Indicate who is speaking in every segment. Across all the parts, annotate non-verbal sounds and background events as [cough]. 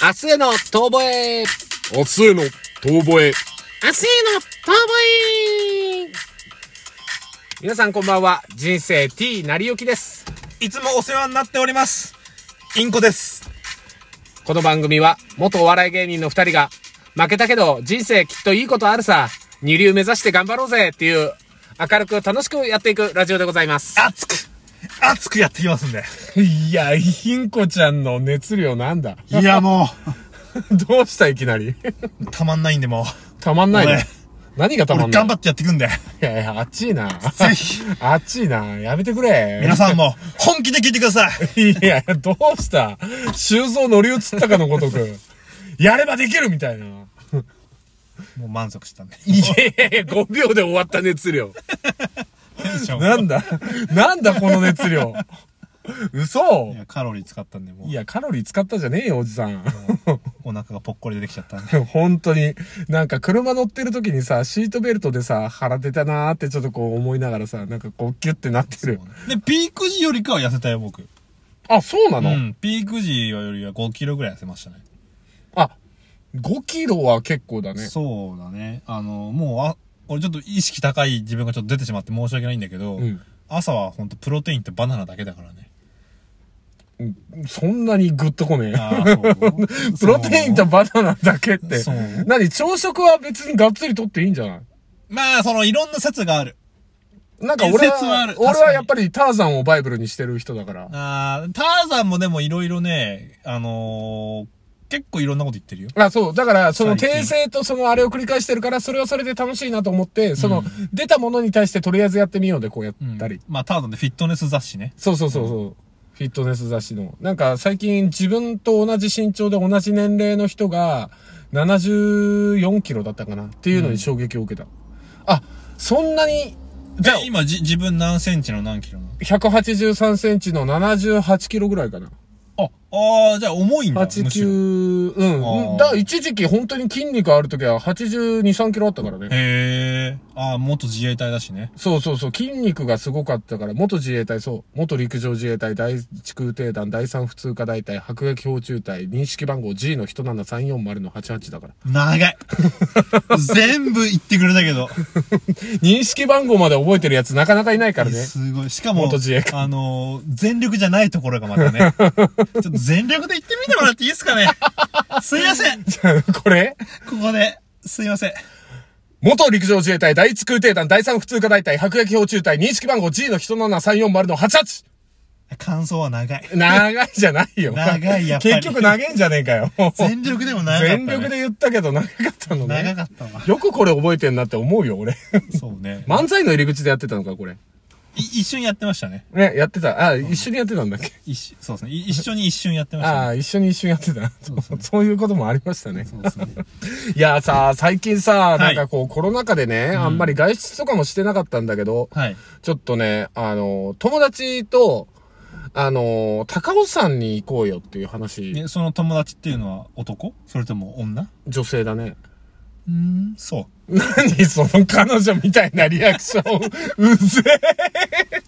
Speaker 1: 明日への遠吠え
Speaker 2: 明日への遠吠え。
Speaker 1: 明日への遠吠え皆さんこんばんは。人生 T なりゆきです。
Speaker 3: いつもお世話になっております。インコです。
Speaker 1: この番組は元お笑い芸人の二人が負けたけど人生きっといいことあるさ。二流目指して頑張ろうぜっていう明るく楽しくやっていくラジオでございます。
Speaker 3: 熱く、熱くやっていきますんで。
Speaker 1: いや、ひんこちゃんの熱量なんだ
Speaker 3: いや、も
Speaker 1: どうしたいきなり
Speaker 3: う、たまんないんで、も
Speaker 1: たまんないね
Speaker 3: 俺。
Speaker 1: 何がた
Speaker 3: う。
Speaker 1: ま
Speaker 3: 俺
Speaker 1: んない
Speaker 3: 頑張ってやっていくんで。
Speaker 1: いやいや、あっちいな。
Speaker 3: ぜひ、
Speaker 1: あっちいな。やめてくれ。
Speaker 3: 皆さんも、本気で聞いてください。
Speaker 1: いや、どうした修造乗り移ったかのごとく。やればできるみたいな。い
Speaker 3: もう満足したんで。
Speaker 1: やいやいや、5秒で終わった熱量。
Speaker 3: テンション
Speaker 1: なんだなんだこの熱量。嘘
Speaker 3: いや、カロリー使ったんで、もう
Speaker 1: い、や、カロリー使ったじゃねえよ、おじさん。
Speaker 3: お腹がぽっこり出てきちゃったんで。
Speaker 1: 本当に。なんか車乗ってる時にさ、シートベルトでさ、腹出たなーってちょっとこう思いながらさ、なんかこうキュッてなってる。
Speaker 3: で、ピーク時よりかは痩せたよ、僕。
Speaker 1: あ、そうな
Speaker 3: う
Speaker 1: の、
Speaker 3: ん、ピーク時よりは5キロぐらい痩せましたね。
Speaker 1: あ、5キロは結構だね。
Speaker 3: そうだね。あの、もう、あ、俺ちょっと意識高い自分がちょっと出てしまって申し訳ないんだけど、
Speaker 1: うん
Speaker 3: 朝はほんとプロテインってバナナだけだからね。
Speaker 1: そんなにグッとこねえ。
Speaker 3: あー
Speaker 1: プロテインと。
Speaker 3: そう
Speaker 1: バナナだけって
Speaker 3: そう。
Speaker 1: 何朝食は別にがっつり取っていいんじゃない
Speaker 3: まあ、その、いろんな説がある。
Speaker 1: なんか俺
Speaker 3: 説はあ
Speaker 1: は
Speaker 3: る、
Speaker 1: 俺
Speaker 3: 確か
Speaker 1: は
Speaker 3: に
Speaker 1: やっぱりターザンをバイブルにしてる人だから。
Speaker 3: あーターザンもでもいろいろね、あのー、結構いろんなこと言ってるよ。
Speaker 1: あ、そう。だから、その
Speaker 3: 最
Speaker 1: 訂
Speaker 3: 近
Speaker 1: 正とそのあれを繰り返してるから、それはそれで楽しいなと思って、その、出たものに対してとりあえずやってみようでこうや
Speaker 3: うん
Speaker 1: ったり。
Speaker 3: まあ、ターザンでフィットネス雑誌ね。
Speaker 1: そうそうそうそう。フィットネス雑誌の。なんか最近自分と同じ身長で同じ年齢の人が74キロだったかなっていうのに衝撃を受けた。あ、そんなに、じゃあ
Speaker 3: え今、じ、自分何センチの何キロなの
Speaker 1: 183センチの78キロぐらいかな。
Speaker 3: あ、あーじゃあ重いんだ。
Speaker 1: 8、
Speaker 3: むしろ。
Speaker 1: 9、うん。
Speaker 3: あー
Speaker 1: だ、一時期本当に筋肉ある時は82、3キロあったからね。
Speaker 3: へえ。ああ、元自衛隊だしね。
Speaker 1: そうそうそう、筋肉がすごかったから、元自衛隊、そう、元陸上自衛隊、第一空挺団、第三普通科大隊、迫撃標中隊、認識番号 G の17340の88だから。
Speaker 3: 長
Speaker 1: [laughs]
Speaker 3: い。全部言ってくれたけど。
Speaker 1: 認識番号まで覚えてるやつなかなかいない
Speaker 3: [laughs]
Speaker 1: からね。
Speaker 3: すごい。しかも、
Speaker 1: 元自衛
Speaker 3: あのー、全力じゃないところがま
Speaker 1: [laughs]
Speaker 3: たね。ちょっと全力で言ってみてもらっていいですかね。すいません。こ
Speaker 1: これ
Speaker 3: こで、すいません。
Speaker 1: 元陸上自衛隊、第一空挺団、第三普通科大隊、迫撃標中隊、認識番号 G の17340の 88!
Speaker 3: 感想は長い。
Speaker 1: 長いじゃないよ。
Speaker 3: 長いやっぱり
Speaker 1: 結局長いんじゃねえかよ。
Speaker 3: 全力でも長かった、ね。
Speaker 1: 全力で言ったけど長かったの
Speaker 3: 長
Speaker 1: ね。
Speaker 3: かったわ。
Speaker 1: よくこれ覚えてんなって思うよ、
Speaker 3: [laughs]
Speaker 1: 俺。
Speaker 3: そうね。
Speaker 1: 漫才の入り口でやってたのか、これ。
Speaker 3: い一瞬やってましたね。
Speaker 1: ね、やってた。あ、一緒にやってたんだっけ。
Speaker 3: 一瞬、そうですね。い一緒に一瞬やってました
Speaker 1: あ
Speaker 3: ね。
Speaker 1: あ、一緒に一緒にやってた。そう [laughs] そういうこともありましたね。
Speaker 3: そうですね。
Speaker 1: いや、さ、最近さ、
Speaker 3: い
Speaker 1: なんかこう、コロナ禍でね、あんまり外出とかもしてなかったんだけど、
Speaker 3: はい。
Speaker 1: ちょっとね、あの、友達と、あの、高尾山に行こうよっていう話、
Speaker 3: ね、その友達っていうのは男それとも女
Speaker 1: 女性だね。
Speaker 3: うーん、そう。
Speaker 1: 何その彼女みたいなリアクション。うぜ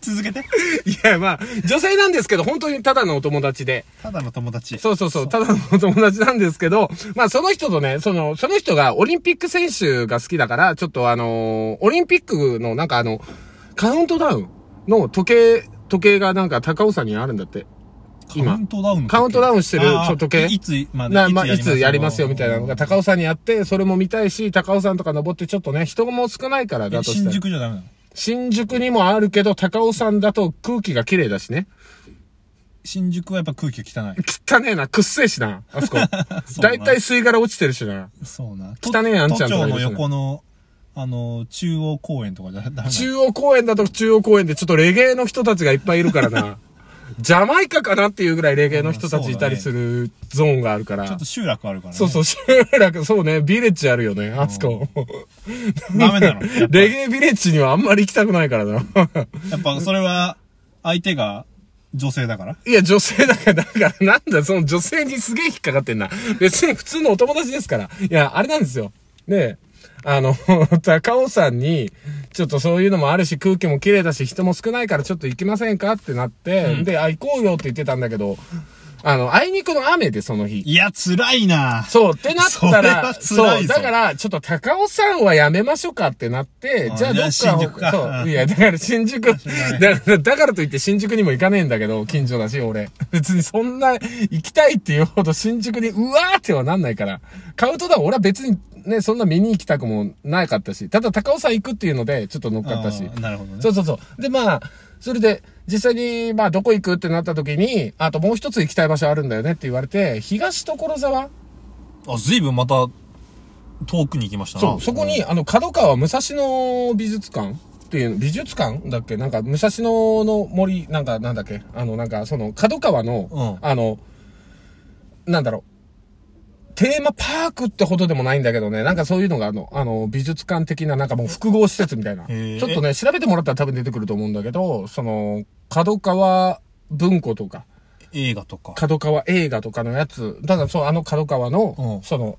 Speaker 3: 続けて。
Speaker 1: え。いや、まあ、女性なんですけど、本当にただのお友達で。
Speaker 3: ただの友達。
Speaker 1: そうそうそう、ただのお友達なんですけど、まあその人とね、その、その人がオリンピック選手が好きだから、ちょっとあのーオリンピックのなんかあの、カウントダウンの時計、時計がなんか高尾山にあるんだって。今
Speaker 3: カウントダウンの時計。
Speaker 1: カウントダウンしてる
Speaker 3: あー
Speaker 1: 時計
Speaker 3: いつまで
Speaker 1: なまあ、いつやりますよみたいなのが高尾
Speaker 3: さ
Speaker 1: 山にあって、それも見たいし、高尾山とか登ってちょっとね、人も少ないからだとした
Speaker 3: 新
Speaker 1: ら。
Speaker 3: 宿じゃダメなの
Speaker 1: 新宿にもあるけど、高尾山だと空気が綺麗だしね。
Speaker 3: 新宿はやっぱ空気
Speaker 1: [laughs]
Speaker 3: が汚い。
Speaker 1: 汚ねえな、くっせえしな、あ
Speaker 3: [laughs]
Speaker 1: そこ。だいたい
Speaker 3: い。
Speaker 1: 吸い殻落ちてるしな。
Speaker 3: そうな。
Speaker 1: 汚ねえあんちゃんと
Speaker 3: 都
Speaker 1: か
Speaker 3: 庁
Speaker 1: いるし
Speaker 3: の横の、あの、中央公園とかじゃダメなの
Speaker 1: 中央公園だと中央公園でちょっとレゲエの人たちがいっぱいいるから
Speaker 3: [laughs]
Speaker 1: な。ジャマイカかなっていうぐらいレゲエの人たちいたりするゾーンがあるから。
Speaker 3: ちょっと集落あるからね。
Speaker 1: そうそう、集落、そうね、ビレッジあるよね、あそこ。
Speaker 3: ダメな [laughs] の。やっぱ
Speaker 1: レゲエビレッジにはあんまり行きたくないからな。
Speaker 3: やっぱそれは、相手が女性だから。
Speaker 1: いや、女性だから、だから、なんだ、その女性にすげえ引っかかってんな。別に普通のお友達ですから。いや、あれなんですよ。で、あの、 [laughs] 高尾山に、ちょっとそういうのもあるし、空気も綺麗だし、人も少ないからちょっと行きませんかってなって、で、あ、行こうよって言ってたんだけど、あの、あいにくの雨でその日。
Speaker 3: いや、辛いな
Speaker 1: そう、ってなったら、
Speaker 3: それは辛いぞ
Speaker 1: だから、ちょっと高尾さんはやめましょうかってなって
Speaker 3: あ、
Speaker 1: じゃあ
Speaker 3: じゃ
Speaker 1: ど
Speaker 3: あ
Speaker 1: っ
Speaker 3: 新宿
Speaker 1: か
Speaker 3: か
Speaker 1: そうう。
Speaker 3: ん
Speaker 1: いや、だから新
Speaker 3: [laughs]
Speaker 1: 宿、だから、だからといって新宿にも行かねえんだけど、近所だし、俺。 [laughs] 別にそんな、行きたいっていうほど新宿に、うわーってはなんないから。カウントダウン、俺は別にね、そんな見に行きたくもなかったし、ただ高尾さん行くっていうので、ちょっと乗っかったし。
Speaker 3: あーなるほどね
Speaker 1: そうそうそう。で、まあ、それで、実際に、まあ、どこ行くってなった時に、あともう一つ行きたい場所あるんだよねって言われて、東所沢
Speaker 3: あ、ずいぶんまた、遠くに行きましたな。
Speaker 1: そう、そこに、あの、角川武蔵野美術館っていう、美術館だっけなんか、武蔵野の森、なんか、なんだっけあの、なんか、その、角川の、
Speaker 3: う
Speaker 1: あの、なんだろう、テーマパークってほどでもないんだけどね、なんかそういうのが、あの、あの、美術館的な、なんかもう複合施設みたいな。
Speaker 3: へー
Speaker 1: ちょっとね、調べてもらったら多分出てくると思うんだけど、その、角川文庫とか、
Speaker 3: 映画とか。
Speaker 1: 角川映画とかのやつ、だからそう、あの角川の
Speaker 3: う、ん
Speaker 1: その、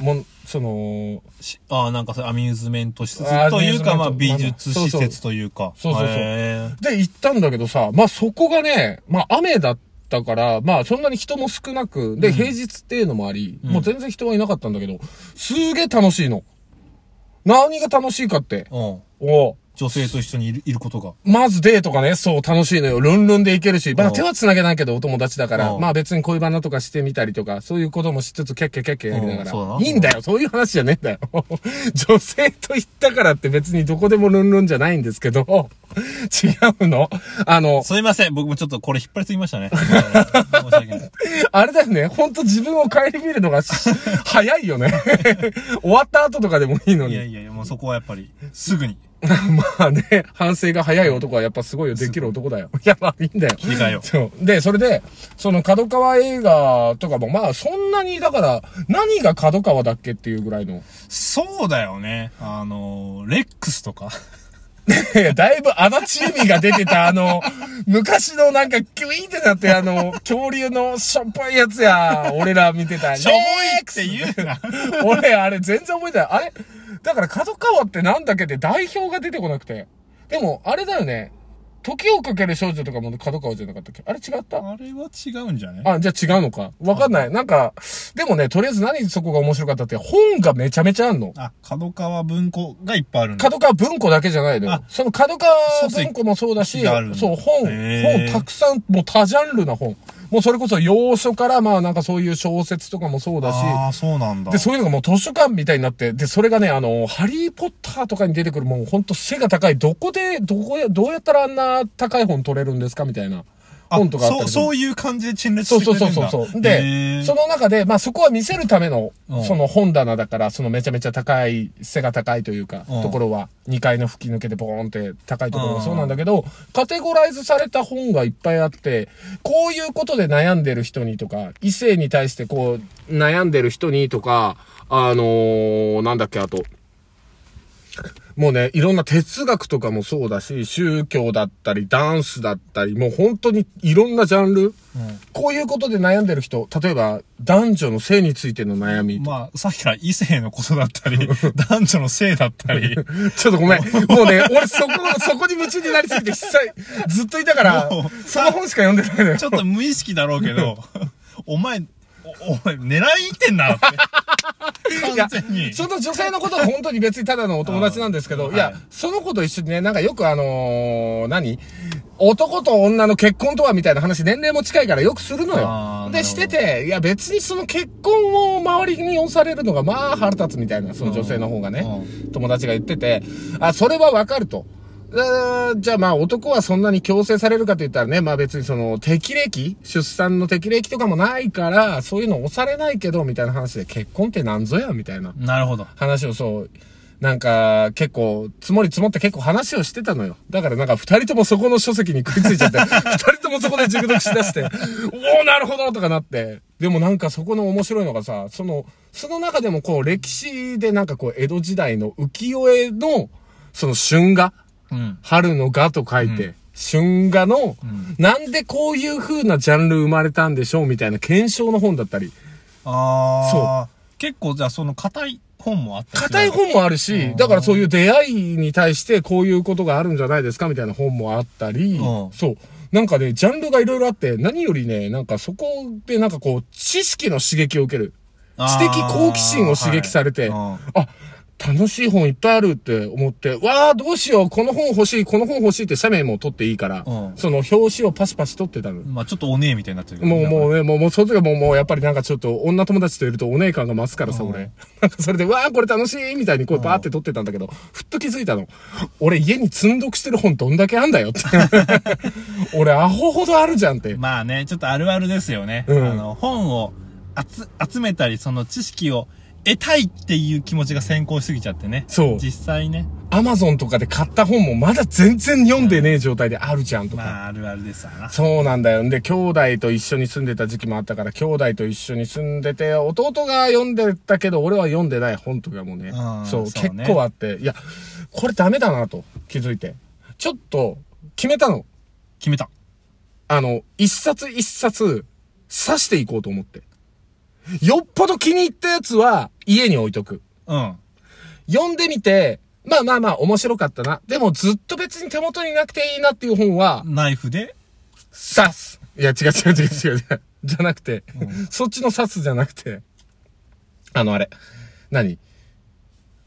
Speaker 1: もん、その、
Speaker 3: しあーなんかそれアミューズメント施
Speaker 1: あー
Speaker 3: 設という
Speaker 1: ア
Speaker 3: か、
Speaker 1: ミュ
Speaker 3: ま
Speaker 1: ー
Speaker 3: あ
Speaker 1: ズメント
Speaker 3: 美術
Speaker 1: まあまあ
Speaker 3: 施設というか。
Speaker 1: そうそうそう
Speaker 3: へー
Speaker 1: で、行ったんだけどさ、まあそこがね、まあ雨だったから、まあそんなに人も少なく、で、平日っていうのもあり、もう全然人はいなかったんだけど、すげえ楽しいの。何が楽しいかって。
Speaker 3: うん。
Speaker 1: お
Speaker 3: 女性と一緒にいるいることが。
Speaker 1: まずデートがね、そう楽しいのよ。ルンルンで行けるし、まあ
Speaker 3: うん
Speaker 1: 手は繋げないけどお友達だから、
Speaker 3: うん
Speaker 1: まあ別に恋バナとかしてみたりとか、そういうこともしつつキャッキャキャッキャやりなが
Speaker 3: うんそうだ
Speaker 1: ら。
Speaker 3: ない
Speaker 1: いんだよ、そういう話じゃねえんだよ。 [laughs] 女性と行ったからって別にどこでもルンルンじゃないんですけど、違うの。あの、
Speaker 3: すいません。僕もちょっとこれ引っ張りすぎましたね。申し訳ない。
Speaker 1: あれだよね。ほんと自分を顧みるのがし [laughs] 早いよね。 [laughs] 終わった後とかでもいいの
Speaker 3: [laughs] いや
Speaker 1: に。
Speaker 3: いやいや、もうそこはやっぱり、すぐに。
Speaker 1: [laughs] まあね、反省が早い男はやっぱすごいよ。できる男だよ。いや、まあいいんだよ。
Speaker 3: 理解を。
Speaker 1: そう。で、それで、その角川映画とかも、まあそんなに、だから、何が角川だっけっていうぐらいの。 [laughs]
Speaker 3: そうだよね。あのー、レックスとか。
Speaker 1: いやだいぶ足立由美が出てた、あの、 [laughs] 昔のなんか、キュイーンってなって、あの、恐竜のしょっぱいやつや、俺ら見てた。
Speaker 3: [laughs] しょぼいって言うな。
Speaker 1: [laughs] 俺、あれ全然覚えてない。あれだから、角川ってなんだっけって代表が出てこなくて。でも、あれだよね。時をかける少女とかも角川じゃなかったっけあれ違った
Speaker 3: あれは違うんじゃない
Speaker 1: あ、じゃあ違うのか。わかんない。なんか、でもね、とりあえず何そこが面白かったって、本がめちゃめちゃあんの。
Speaker 3: あ、角川文庫がいっぱいあるんだ。
Speaker 1: 角川文庫だけじゃないのよ
Speaker 3: あ。
Speaker 1: その角川文庫もそうだし
Speaker 3: 書籍があるん、だ
Speaker 1: そう、本、
Speaker 3: へ
Speaker 1: 本
Speaker 3: ー
Speaker 1: たくさん、もう多ジャンルな本。もうそれこそ洋書から、まあなんかそういう小説とかもそうだし、
Speaker 3: ああ、そうなんだ。
Speaker 1: で、そういうのがもう図書館みたいになって、で、それがね、あの、ハリーポッターとかに出てくるもうほんと背が高い、どこで、どこや、どうやったらあんな高い本取れるんですかみたいな
Speaker 3: あ
Speaker 1: 本とかあった
Speaker 3: そう、
Speaker 1: り
Speaker 3: そういう感じで陳列
Speaker 1: そ
Speaker 3: し
Speaker 1: う
Speaker 3: て
Speaker 1: そ
Speaker 3: く
Speaker 1: う
Speaker 3: れるんだ
Speaker 1: そうそう。
Speaker 3: へ
Speaker 1: で、
Speaker 3: ー
Speaker 1: その中で、まあそこは見せるための
Speaker 3: うん、
Speaker 1: その本棚だから、そのめちゃめちゃ高い、背が高いというか、
Speaker 3: うん
Speaker 1: ところは、2階の吹き抜けでボーンって高いところ
Speaker 3: う
Speaker 1: が
Speaker 3: ん
Speaker 1: そうなんだけど、カテゴライズされた本がいっぱいあって、こういうことで悩んでる人にとか、異性に対してこう、悩んでる人にとか、あのー、なんだっけ、あと、もうね、いろんな哲学とかもそうだし、宗教だったり、ダンスだったり、もう本当にいろんなジャンル、こういうことで悩んでる人、例えば男女の性についての悩み。
Speaker 3: まあ、さっきから異性のことだった
Speaker 1: [laughs]
Speaker 3: り、男女の性だったり、
Speaker 1: ちょっとごめん。もうね、俺そこ、そこに夢中になりすぎて、久々ずっといたから
Speaker 3: も、う
Speaker 1: その本しか読んでないのよ
Speaker 3: ち。ょっと無意識だろうけど、お前、おお前、狙いに行ってんなって。
Speaker 1: いや
Speaker 3: 完全に。
Speaker 1: その女性のことは本当に別にただのお友達なんですけど、いや、その子と一緒にね、なんかよくあのー何男と女の結婚とはみたいな話、年齢も近いからよくするの
Speaker 3: あ
Speaker 1: よ。
Speaker 3: ーな
Speaker 1: で、
Speaker 3: る
Speaker 1: し
Speaker 3: ほど
Speaker 1: てて、いや別にその結婚を周りに押されるのがまあ腹立つみたいな、その女性の方がね、友達が言ってて、あ、それはわかると。えーじゃあまあ男はそんなに強制されるかと言ったらね、まあ別にその適齢期、出産の適齢期とかもないから、そういうの押されないけど、みたいな話で結婚ってなんぞや、みたいな。
Speaker 3: なるほど。
Speaker 1: 話をそう、なんか、結構、積もり積もって結構話をしてたのよ。だからなんか二人ともそこの書籍に食いついちゃって、二人ともそこで熟読しだして、おーなるほどとかなって。でもなんかそこの面白いのがさ、その、その中でもこう歴史でなんかこう江戸時代の浮世絵の、その春画、
Speaker 3: うん。
Speaker 1: 春の画と書いて、春画の、なんでこういう風なジャンル生まれたんでしょうみたいな検証の本だったり。
Speaker 3: ああ。
Speaker 1: そ
Speaker 3: 結構、じゃあ、その、硬い本もあったりする
Speaker 1: 硬い本もあるし、だからそういう出会いに対してこういうことがあるんじゃないですかみたいな本もあったり
Speaker 3: う、ん
Speaker 1: そう。なんかね、ジャンルがいろいろあって、何よりね、なんかそこでなんかこう、知識の刺激を受ける。知的好奇心を刺激されて、
Speaker 3: はい
Speaker 1: あ、楽しい本いっぱいあるって思って、わあ、どうしよう、この本欲しい、この本欲しいって写メも撮っていいから、
Speaker 3: うん
Speaker 1: その表紙をパシパシ撮ってたの。
Speaker 3: うんまあちょっとおねえみたいになってるけど
Speaker 1: もう、も
Speaker 3: う、
Speaker 1: うね、もう、もう、その時はもう、もう、やっぱりなんかちょっと、女友達といるとお姉感が増すからさ、
Speaker 3: うん
Speaker 1: 俺。 [laughs] なんかそれで、わー、これ楽しいみたいにこう、バーって撮ってたんだけど、ふっと気づいたの。俺、家に積んどくしてる本どんだけあんだよって。 [laughs] 俺、アホほどあるじゃんって。
Speaker 3: [laughs] まあね、ちょっとあるあるですよね。
Speaker 1: うん
Speaker 3: あの、本を集集めたり、その知識を得たいっていう気持ちが先行しすぎちゃってね。
Speaker 1: そう
Speaker 3: 実際ね。
Speaker 1: アマゾンとかで買った本もまだ全然読んでねえ状態であるじゃんとか。
Speaker 3: まあ、あるあるですわな。
Speaker 1: そうなんだよ。んで、兄弟と一緒に住んでた時期もあったから、兄弟と一緒に住んでて、弟が読んでたけど、俺は読んでない本とかもね
Speaker 3: う、ん
Speaker 1: そう、
Speaker 3: そうね
Speaker 1: 結構あって、いや、これダメだなと気づいて。ちょっと、決めたの。
Speaker 3: 決めた。
Speaker 1: あの、一冊一冊、刺していこうと思って。よっぽど気に入ったやつは、家に置いとく。
Speaker 3: うん。
Speaker 1: 読んでみて、まあまあまあ面白かったな。でもずっと別に手元になくていいなっていう本は、
Speaker 3: ナイフで、
Speaker 1: 刺すいや、違う違う違う違う違う。じゃなくて、そっちの刺すじゃなくて、あのあれ、何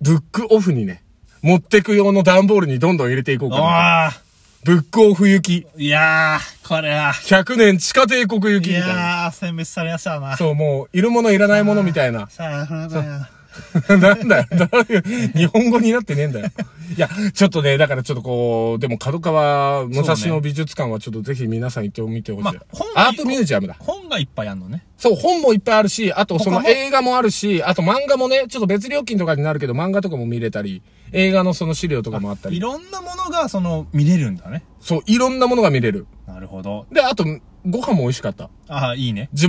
Speaker 1: ブックオフにね、持ってく用の段ボールにどんどん入れていこう
Speaker 3: お
Speaker 1: かな。
Speaker 3: ー
Speaker 1: ブックオフ行き、
Speaker 3: いやー、これは、
Speaker 1: 100年地下帝国行き
Speaker 3: い
Speaker 1: みたいな。
Speaker 3: やー、選別されましたな。
Speaker 1: そう、もう、いるものいらないものみた
Speaker 3: [laughs]
Speaker 1: いな。
Speaker 3: さあ、これは、
Speaker 1: なんだよ、だよ日本語になってねえんだよ。いや、ちょっとね、だからちょっとこう、でも角川武蔵野美術館はちょっとぜひ皆さん行ってみてほしい。
Speaker 3: まあ本
Speaker 1: アートミュージアムだ。
Speaker 3: 本がいっぱいあんのね。
Speaker 1: そう、本もいっぱいあるし、あとその
Speaker 3: 他も
Speaker 1: 映画もあるし、あと漫画もね、ちょっと別料金とかになるけど、漫画とかも見れたり、映画のその資料とかもあった
Speaker 3: い
Speaker 1: り、
Speaker 3: ろんなものが、その、見れるんだね。
Speaker 1: そう、いろんなものが見れる。
Speaker 3: なるほど。
Speaker 1: で、あと、ご飯も美味しかった。
Speaker 3: ああ、いいね。
Speaker 1: 地元